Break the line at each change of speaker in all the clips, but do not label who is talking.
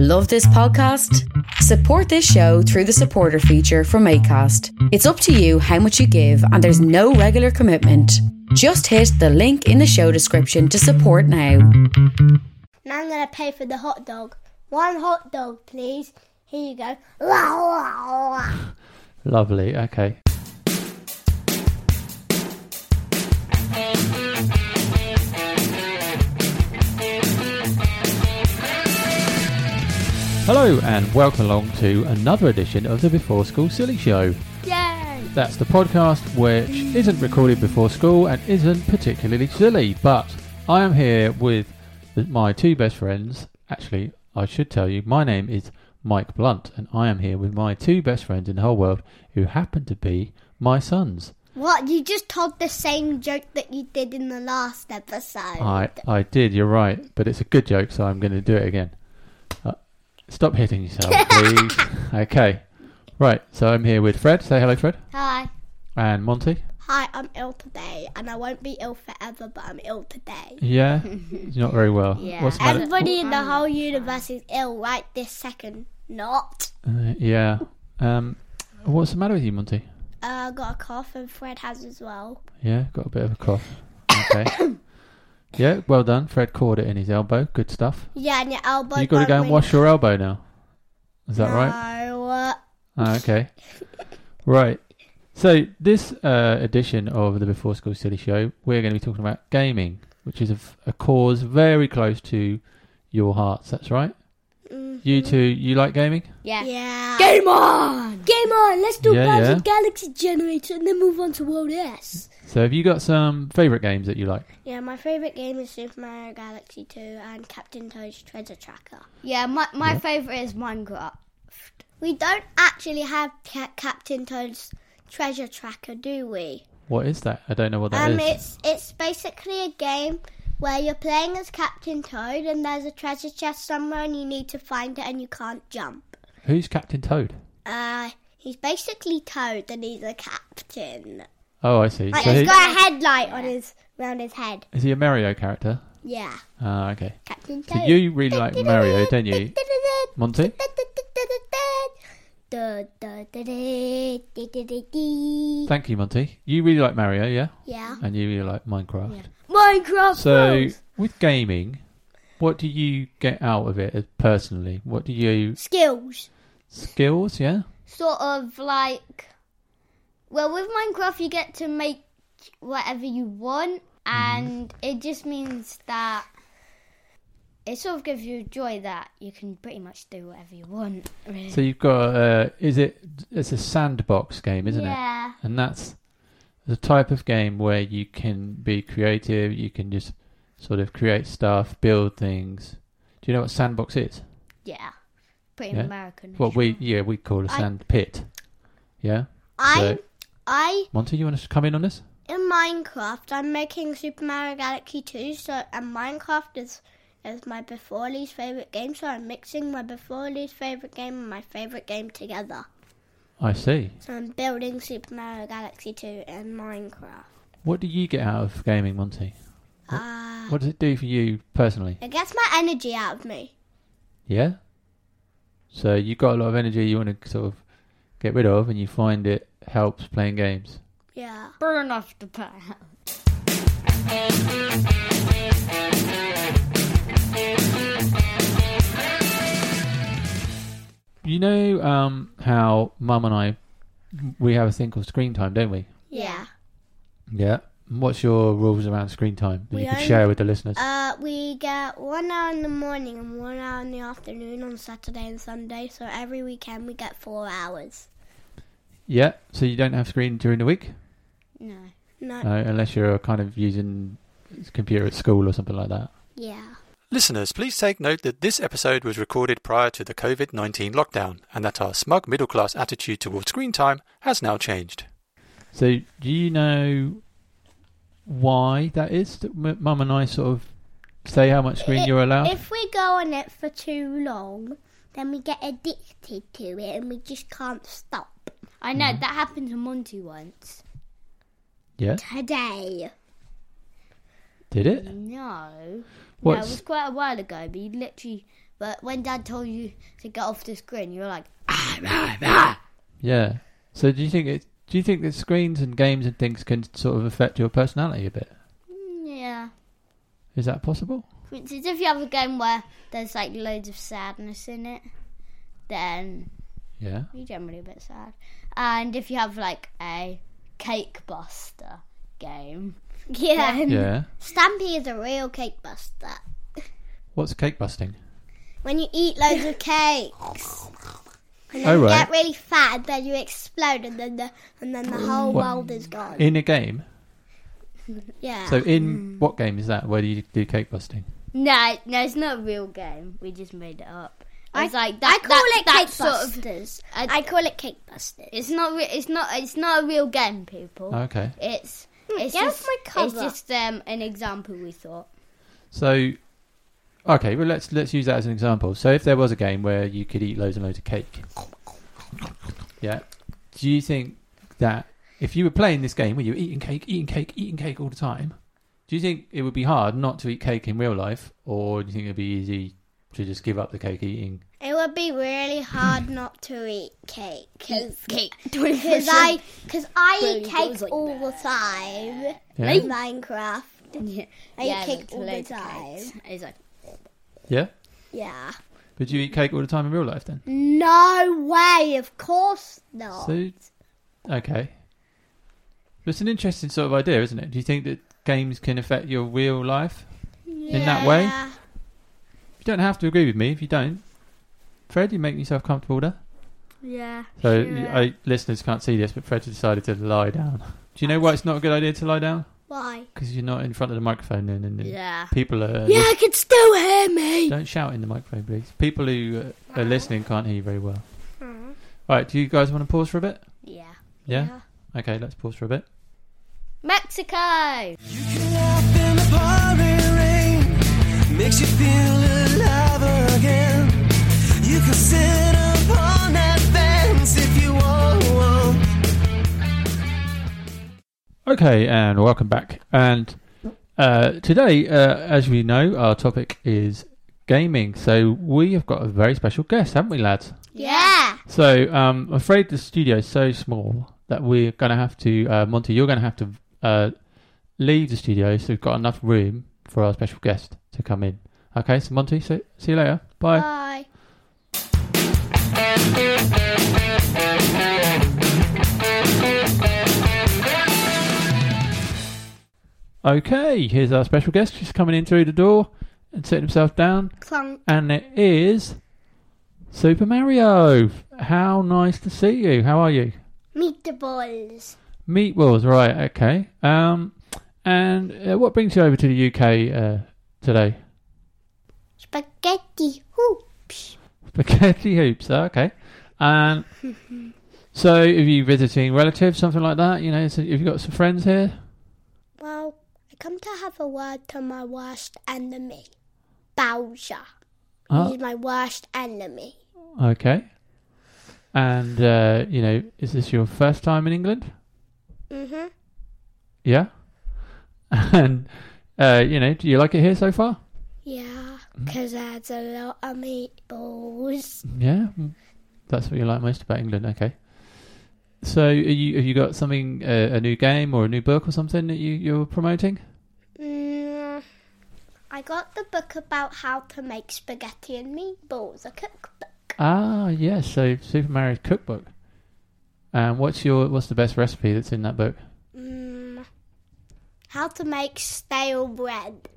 Love this podcast? Support this show through the supporter feature from ACAST. It's up to you how much you give, and there's no regular commitment. Just hit the link in the show description to support now.
And I'm going to pay for the hot dog. One hot dog, please. Here you go. Wah, wah, wah.
Lovely. Okay. Hello and welcome along to another edition of the Before School Silly Show.
Yay!
That's the podcast which isn't recorded before school and isn't particularly silly, but I am here with my two best friends. Actually, I should tell you, my name is Mike Blunt, and I am here with my two best friends in the whole world who happen to be my sons.
What? You just told the same joke that you did in the last episode.
I, I did, you're right, but it's a good joke, so I'm going to do it again. Uh, stop hitting yourself, please. okay. Right, so I'm here with Fred. Say hello, Fred.
Hi.
And Monty.
Hi, I'm ill today, and I won't be ill forever, but I'm ill today.
Yeah, he's not very well.
Yeah.
What's the matter?
Everybody in the whole universe is ill right this second. Not.
Uh, yeah. Um, what's the matter with you, Monty?
Uh, I got a cough, and Fred has as well.
Yeah, got a bit of a cough. Okay. yeah, well done. Fred caught it in his elbow. Good stuff.
Yeah, and your elbow.
you got to go and wash your elbow now. Is that right?
No. uh,
Ah, okay. right. So this uh, edition of the Before School Silly Show, we're going to be talking about gaming, which is a, f- a cause very close to your hearts. That's right. You two, you like gaming?
Yeah.
Yeah.
Game on!
Game on, let's
do Yeah, Guardians yeah. of
Galaxy Generator and then move on to World S.
So have you got some favourite games that you like?
Yeah, my favourite game is Super Mario Galaxy 2 and Captain Toad's Treasure Tracker.
Yeah, my, my favourite is Minecraft.
We don't actually have Ca- Captain Toad's Treasure Tracker, do we?
What is that? I don't know what that is.
um, it's it's basically a game where you're playing as Captain Toad and there's a treasure chest somewhere and you need to find it and you can't jump.
Who's Captain Toad?
Uh, he's basically Toad and he's a captain.
Oh, I see.
Like
So
he's
he,
got a headlight on his round his head.
is he a Mario character?
Yeah,
Ah, okay.
Captain
So
Toad.
you really like Mario, don't you, Monty? Thank you, Monty. You really like Mario, yeah,
Yeah.
and you really like Minecraft.
Minecraft.
So with gaming, what do you get out of it as- personally? What do you
skills.
skills? Yeah,
Sort of like, well, with Minecraft you get to make whatever you want,
Mhm.
and it just means that it sort of gives you joy that you can pretty much do whatever you want. Really.
so you've got uh, is it it's a sandbox game, isn't it?
yeah.
and that's the type of game where you can be creative. You can just sort of create stuff, build things. Do you know what sandbox is?
Yeah. Pretty
Yeah.
American.
What we yeah we call a
I-
sand pit. Yeah,
I
So-
I
Monty, you want to come in on this?
in Minecraft I'm making Super Mario Galaxy 2 so and Minecraft is is my before Lee's favorite game so I'm mixing my before Lee's favorite game and my favorite game together.
I see.
So I'm building Super Mario Galaxy 2 in Minecraft.
What do you get out of gaming, Monty?
Uh,
What does it do for you personally?
it gets my energy out of me.
Yeah. So you've got a lot of energy you want to sort of get rid of, and you find it helps playing games.
Yeah.
burn off the pan.
You know um, how Mum and I we have a thing called screen time, don't we?
Yeah.
Yeah. What's your rules around screen time that
We
you can
only-
share with the listeners?
Uh, we get one hour in the morning and one hour in the afternoon on Saturday and Sunday. So every weekend we get four hours.
yeah. So you don't have screen during the week,
No.
No.
no, unless you're kind of using computer at school or something like that.
Yeah.
Listeners, please take note that this episode was recorded prior to the COVID 19 lockdown and that our smug middle class attitude towards screen time has now changed.
So do you know why that is? That m- Mum and I sort of say how much screen
I-
you're allowed.
If we go on it for too long, then we get addicted to it and we just can't stop.
I know that happened to Monty once.
yeah.
Today.
Did it?
No. No, it
What's
was quite a while ago, but he literally
But when Dad told you to get off the screen, you were like,
Yeah. So do you think it? Do you think that screens and games and things can sort of affect your personality a bit?
"Mm, yeah.
Is that possible?
For instance, if you have a game where there's like loads of sadness in it, then
Yeah.
you're generally a bit sad. And if you have like a cake buster game,
Yeah.
then
Yeah.
Stampy is a real cake buster.
What's cake busting?
When you eat loads of cakes. And then
Oh,
you
right.
get really fat, and then you explode, and then the and then the whole
What?
world is gone.
In a game.
Yeah.
So in what game is that? Where do you do cake busting?
no, no, it's not a real game. We just made it up.
I-
It's like
I
that.
call
that-
it
that
cake
sort of.
busters.
I-
I call it cake busters.
It's not. Re- it's not. It's not a real game, people.
Okay.
It's. It's
Hmm, get
just,
off my
It's
cover.
just um, an example we thought.
So, okay, well let's let's use that as an example. So, if there was a game where you could eat loads and loads of cake, yeah, do you think that if you were playing this game where you were eating cake, eating cake, eating cake all the time, do you think it would be hard not to eat cake in real life, or do you think it'd be easy to just give up the cake eating?
It would be really hard not to eat cake because
Cake.
I because I
Really
eat cake
goes like
all the time.
Yeah,
In Minecraft,
yeah,
I eat cake
loads-
all the
loads of
time.
cakes. It's like
yeah.
yeah.
But do you eat cake all the time in real life then?
No way. Of course not.
So, okay. But it's an interesting sort of idea, isn't it? Do you think that games can affect your real life? in that way?
Yeah.
You don't have to agree with me if you don't. Fred, you making yourself comfortable there?
yeah.
So
Sure.
I, listeners can't see this, but Fred has decided to lie down. Do you know why it's not a good idea to lie down?
Why?
Because you're not in front of the microphone, then, and, and
Yeah.
people are.
I can still hear me.
Don't shout in the microphone, please. People who uh, are listening can't hear you very well.
Mm-hmm.
All right, do you guys want to pause for a bit?
Yeah.
Yeah. Okay, let's pause for a bit.
Mexico.
Makes you feel alive again. You can sit upon that fence if you want.
Okay, and welcome back. And uh, today, uh, as we know, our topic is gaming. So we have got a very special guest, haven't we, lads?
Yeah.
So um, I'm afraid the studio is so small that we're going to have to, uh, Monty, you're going to have to uh, leave the studio so we've got enough room for our special guest to come in. Okay, so Monty, so, see you later. Bye.
Bye.
Okay, here's our special guest. She's coming in through the door and sitting himself down.
Clunk.
And it is Super Mario. How nice to see you. How are you?
Meet the balls.
Meatballs, right, okay. Um, and uh, what brings you over to the UK uh, today?
Spaghetti hoops.
Spaghetti hoops, okay. And so, are you visiting relatives, something like that? You know, so have you got some friends here?
Well, I come to have a word to my worst enemy, Bowser.
Ah.
He's my worst enemy.
Oh, Okay. And uh, you know, is this your first time in England?
Mm-hmm.
Mhm.
Yeah. And uh, you know, do you like it here so far?
Yeah,
Mm-hmm.
'cause there's a lot of meatballs.
Yeah. mm. That's what you like most about England. Okay. So, are you have you got something uh, a new game or a new book or something that you you're promoting?
Mm, I got the book about how to make spaghetti and meatballs, a cookbook.
Ah, yes. so Super Mario's cookbook. And what's your what's the best recipe that's in that book?
Mm, how to make stale bread.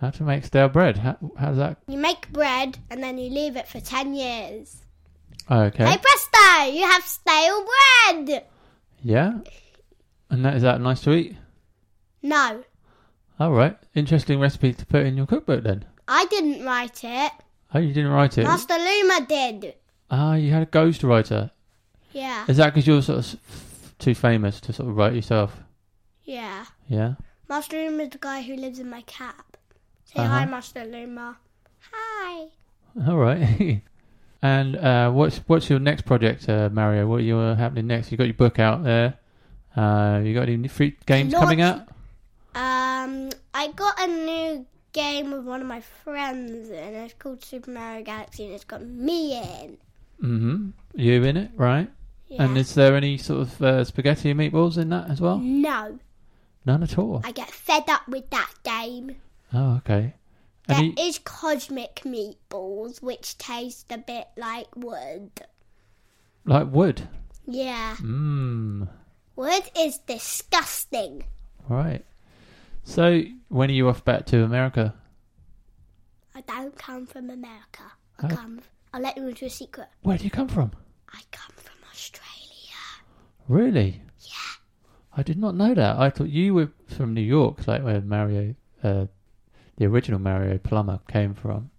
How to make stale bread? How, how's that?
You make bread and then you leave it for 10 years.
Oh, okay.
Hey presto, you have stale bread!
Yeah. And that is that nice to eat?
No,
All right. Interesting recipe to put in your cookbook then.
I didn't write it.
Oh, you didn't write it.
Master Luma did.
Ah, you had a ghostwriter.
Yeah,
Is that because you're sort of s- f- too famous to sort of write yourself?
yeah.
Yeah.
Master Luma's the guy who lives in my cap. Say
Uh-huh.
hi, Master Luma. Hi.
All right. and uh, what's what's your next project, uh, Mario? What are you uh, happening next? You got your book out there. Uh, you got any free games coming
Launch-
out?
Um, I got a new game with one of my friends, and it's called Super Mario Galaxy, and it's got me in.
hmm You in it, right?
Yeah.
And is there any sort of uh, spaghetti and meatballs in that as
Mm.
well?
no,
None at all.
I get fed up with that game.
Oh, okay.
There
And
is
you,
cosmic meatballs, which taste a bit like wood.
like wood.
Yeah,
Mmm.
wood is disgusting.
Right. So, when are you off back to America?
I don't come from America.
Oh.
I come. I'll let you into a secret.
Where do you come from?
I come from Australia.
Really? Yeah. I did not know that. I thought you were from New York, like where Mario, uh, the original Mario Plummer came from.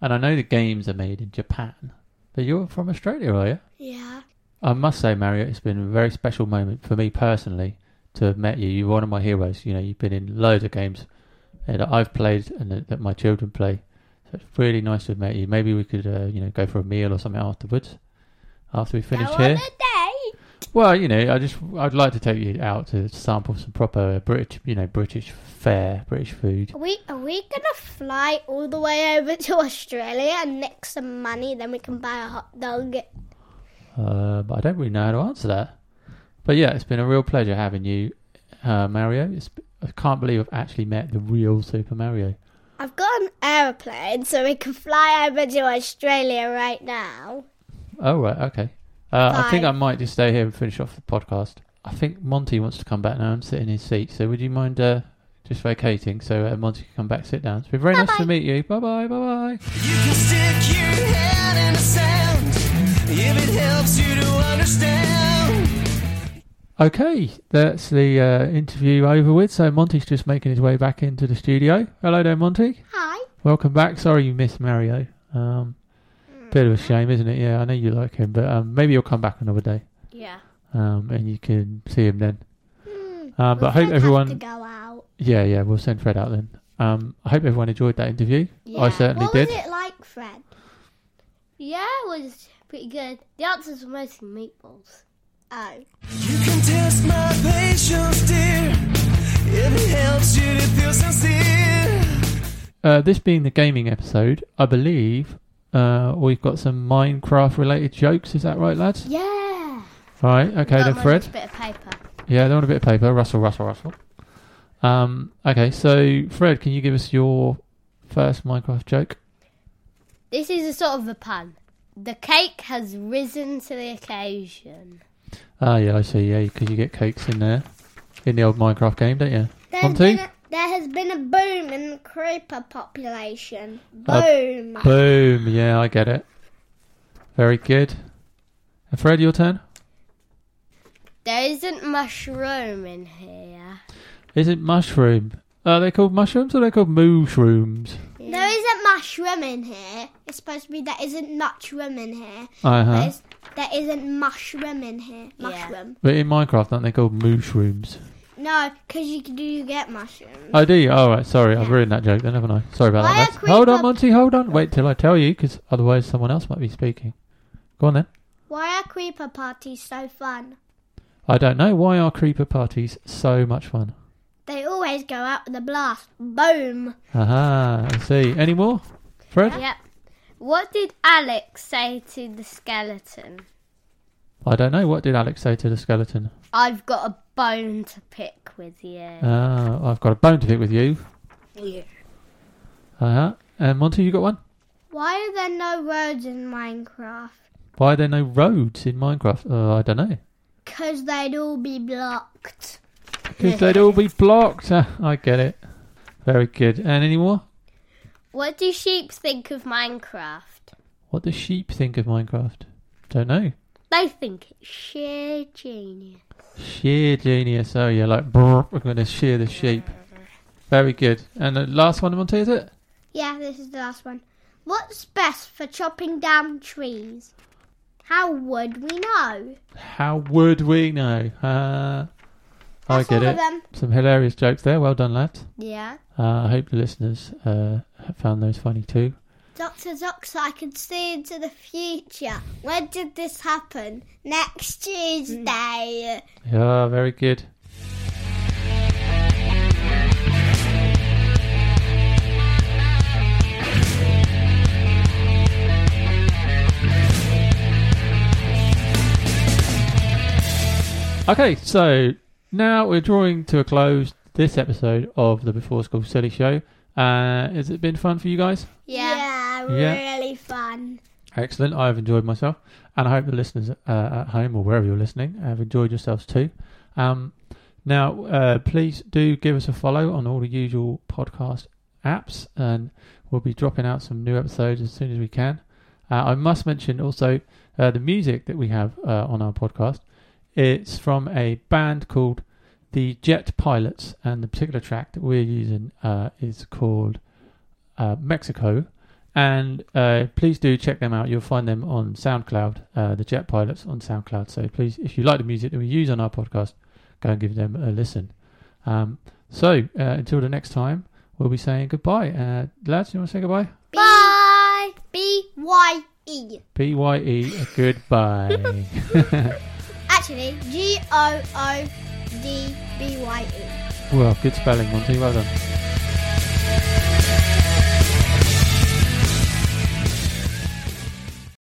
And I know the games are made in Japan, but you're from Australia, are you?
Yeah.
I must say, Mario, it's been a very special moment for me personally to have met you. You're one of my heroes. You know, you've been in loads of games uh, that I've played and that, that my children play. So it's really nice to have met you. Maybe we could, uh, you know, go for a meal or something afterwards, after we finish
Go
here.
on a date.
Well, you know, I just I'd like to take you out to sample some proper British, you know, British fare, British food.
Are we are we gonna fly all the way over to Australia and nick some money, then we can buy a hot dog?
Uh, but I don't really know how to answer that. But yeah, it's been a real pleasure having you, uh, Mario. It's, I can't believe I've actually met the real Super Mario.
I've got an aeroplane, so we can fly over to Australia right now.
Oh right, okay. Uh, I think
Bye.
I might just stay here and finish off the podcast. I think Monty wants to come back now and sit in his seat. So would you mind uh, just vacating so uh, Monty can come back sit down? It's been very nice to meet you. Bye bye, bye bye.
You can stick your head in the sand if it helps you to understand.
Okay, that's the uh, interview over with. So Monty's just making his way back into the studio. Hello there, Monty.
Hi.
Welcome back. Sorry you missed Mario. Um, bit of a shame, isn't it? Yeah, I know you like him, but um, maybe you'll come back another day
Yeah.
um, and you can see him then.
Hmm,
Um, but I hope
to
everyone.
go out.
Yeah, yeah, we'll send Fred out then. Um, I hope everyone enjoyed that interview. I certainly
what
did.
was it like, Fred?
Yeah, it was pretty good. The answers were mostly meatballs.
Oh,
You can test my patience, dear, if it helps you to feel sincere.
Uh, this being the gaming episode, I believe uh, we've got some Minecraft related jokes. Is that right, lads?
Yeah.
Right, okay
Got
then,
my
Fred.
nice bit of paper.
Yeah, they want a bit of paper. Russell, Russell, Russell. Um, okay, so Fred, can you give us your first Minecraft joke?
This is a sort of a pun. The cake has risen to the occasion.
Ah, yeah, I see. Yeah, because you get cakes in there in the old Minecraft game, don't you?
There's
Monty,
been a, there has been a boom in the creeper population. Boom.
boom. Yeah, I get it. Very good. And Fred, your turn.
There isn't mushroom in here.
Is it mushroom? Are they called mushrooms or are they called mushrooms?
There isn't much room in here. It's supposed to be there isn't much room in here.
Uh huh.
There's, there isn't mushroom in here.
Yeah.
Mushroom.
But in Minecraft, aren't they called mushrooms?
No, because you do you get mushrooms.
I Oh, do. you? All right. Sorry, I've ruined that joke. Then haven't I? Sorry about
Why
that.
are
lads. Hold on,
creeper-
Monty. Hold on. Wait till I tell you, because otherwise someone else might be speaking. Go on then.
Why are creeper parties so fun?
I don't know why are creeper parties so much fun.
They always go out with a blast. Boom.
Aha. I see. Any more, Fred?
Yep. What did Alex say to the skeleton?
I don't know. What did Alex say to the skeleton?
I've got a bone to pick with you.
Ah, I've got a bone to pick with you.
Yeah.
Uh huh. And Monty, you got one?
Why are there no roads in Minecraft?
Why are there no roads in Minecraft? Uh, I don't know.
Because they'd all be blocked.
Because they'd all be blocked. Ah, I get it. Very good. And any more?
What do sheep think of Minecraft?
What do sheep think of Minecraft? Don't know.
They think it's sheer genius.
Sheer genius. Oh, yeah, like, brr, we're going to shear the sheep. Very good. And the last one, Monty, is it?
Yeah, this is the last one. What's best for chopping down trees? How would we know?
How would we know? Uh, I
That's
get
all
it.
of them.
Some hilarious jokes there. Well done, lads.
Yeah.
Uh, I hope the listeners uh, found those funny too.
Dr. Zoxa, I can see into the future. When did this happen? Next Tuesday.
Yeah, very good. Okay, so now we're drawing to a close this episode of the Before School Silly Show. Uh, has it been fun for you guys?
Yeah.
Yeah.
really fun.
Excellent. I've enjoyed myself, and I hope the listeners uh, at home or wherever you're listening have enjoyed yourselves too. Um, now, uh, please do give us a follow on all the usual podcast apps, and we'll be dropping out some new episodes as soon as we can. Uh, I must mention also uh, the music that we have uh, on our podcast. It's from a band called the Jet Pilots, and the particular track that we're using uh, is called uh, Mexico and uh, please do check them out. You'll find them on SoundCloud, uh, the Jet Pilots on SoundCloud. So please, if you like the music that we use on our podcast, go and give them a listen. Um, so uh, until the next time, we'll be saying goodbye. Uh, lads, you want to say goodbye?
Bye.
B Y E.
B Y E, goodbye.
Actually,
G O O D B Y E.
well, good spelling, Monty. Well done.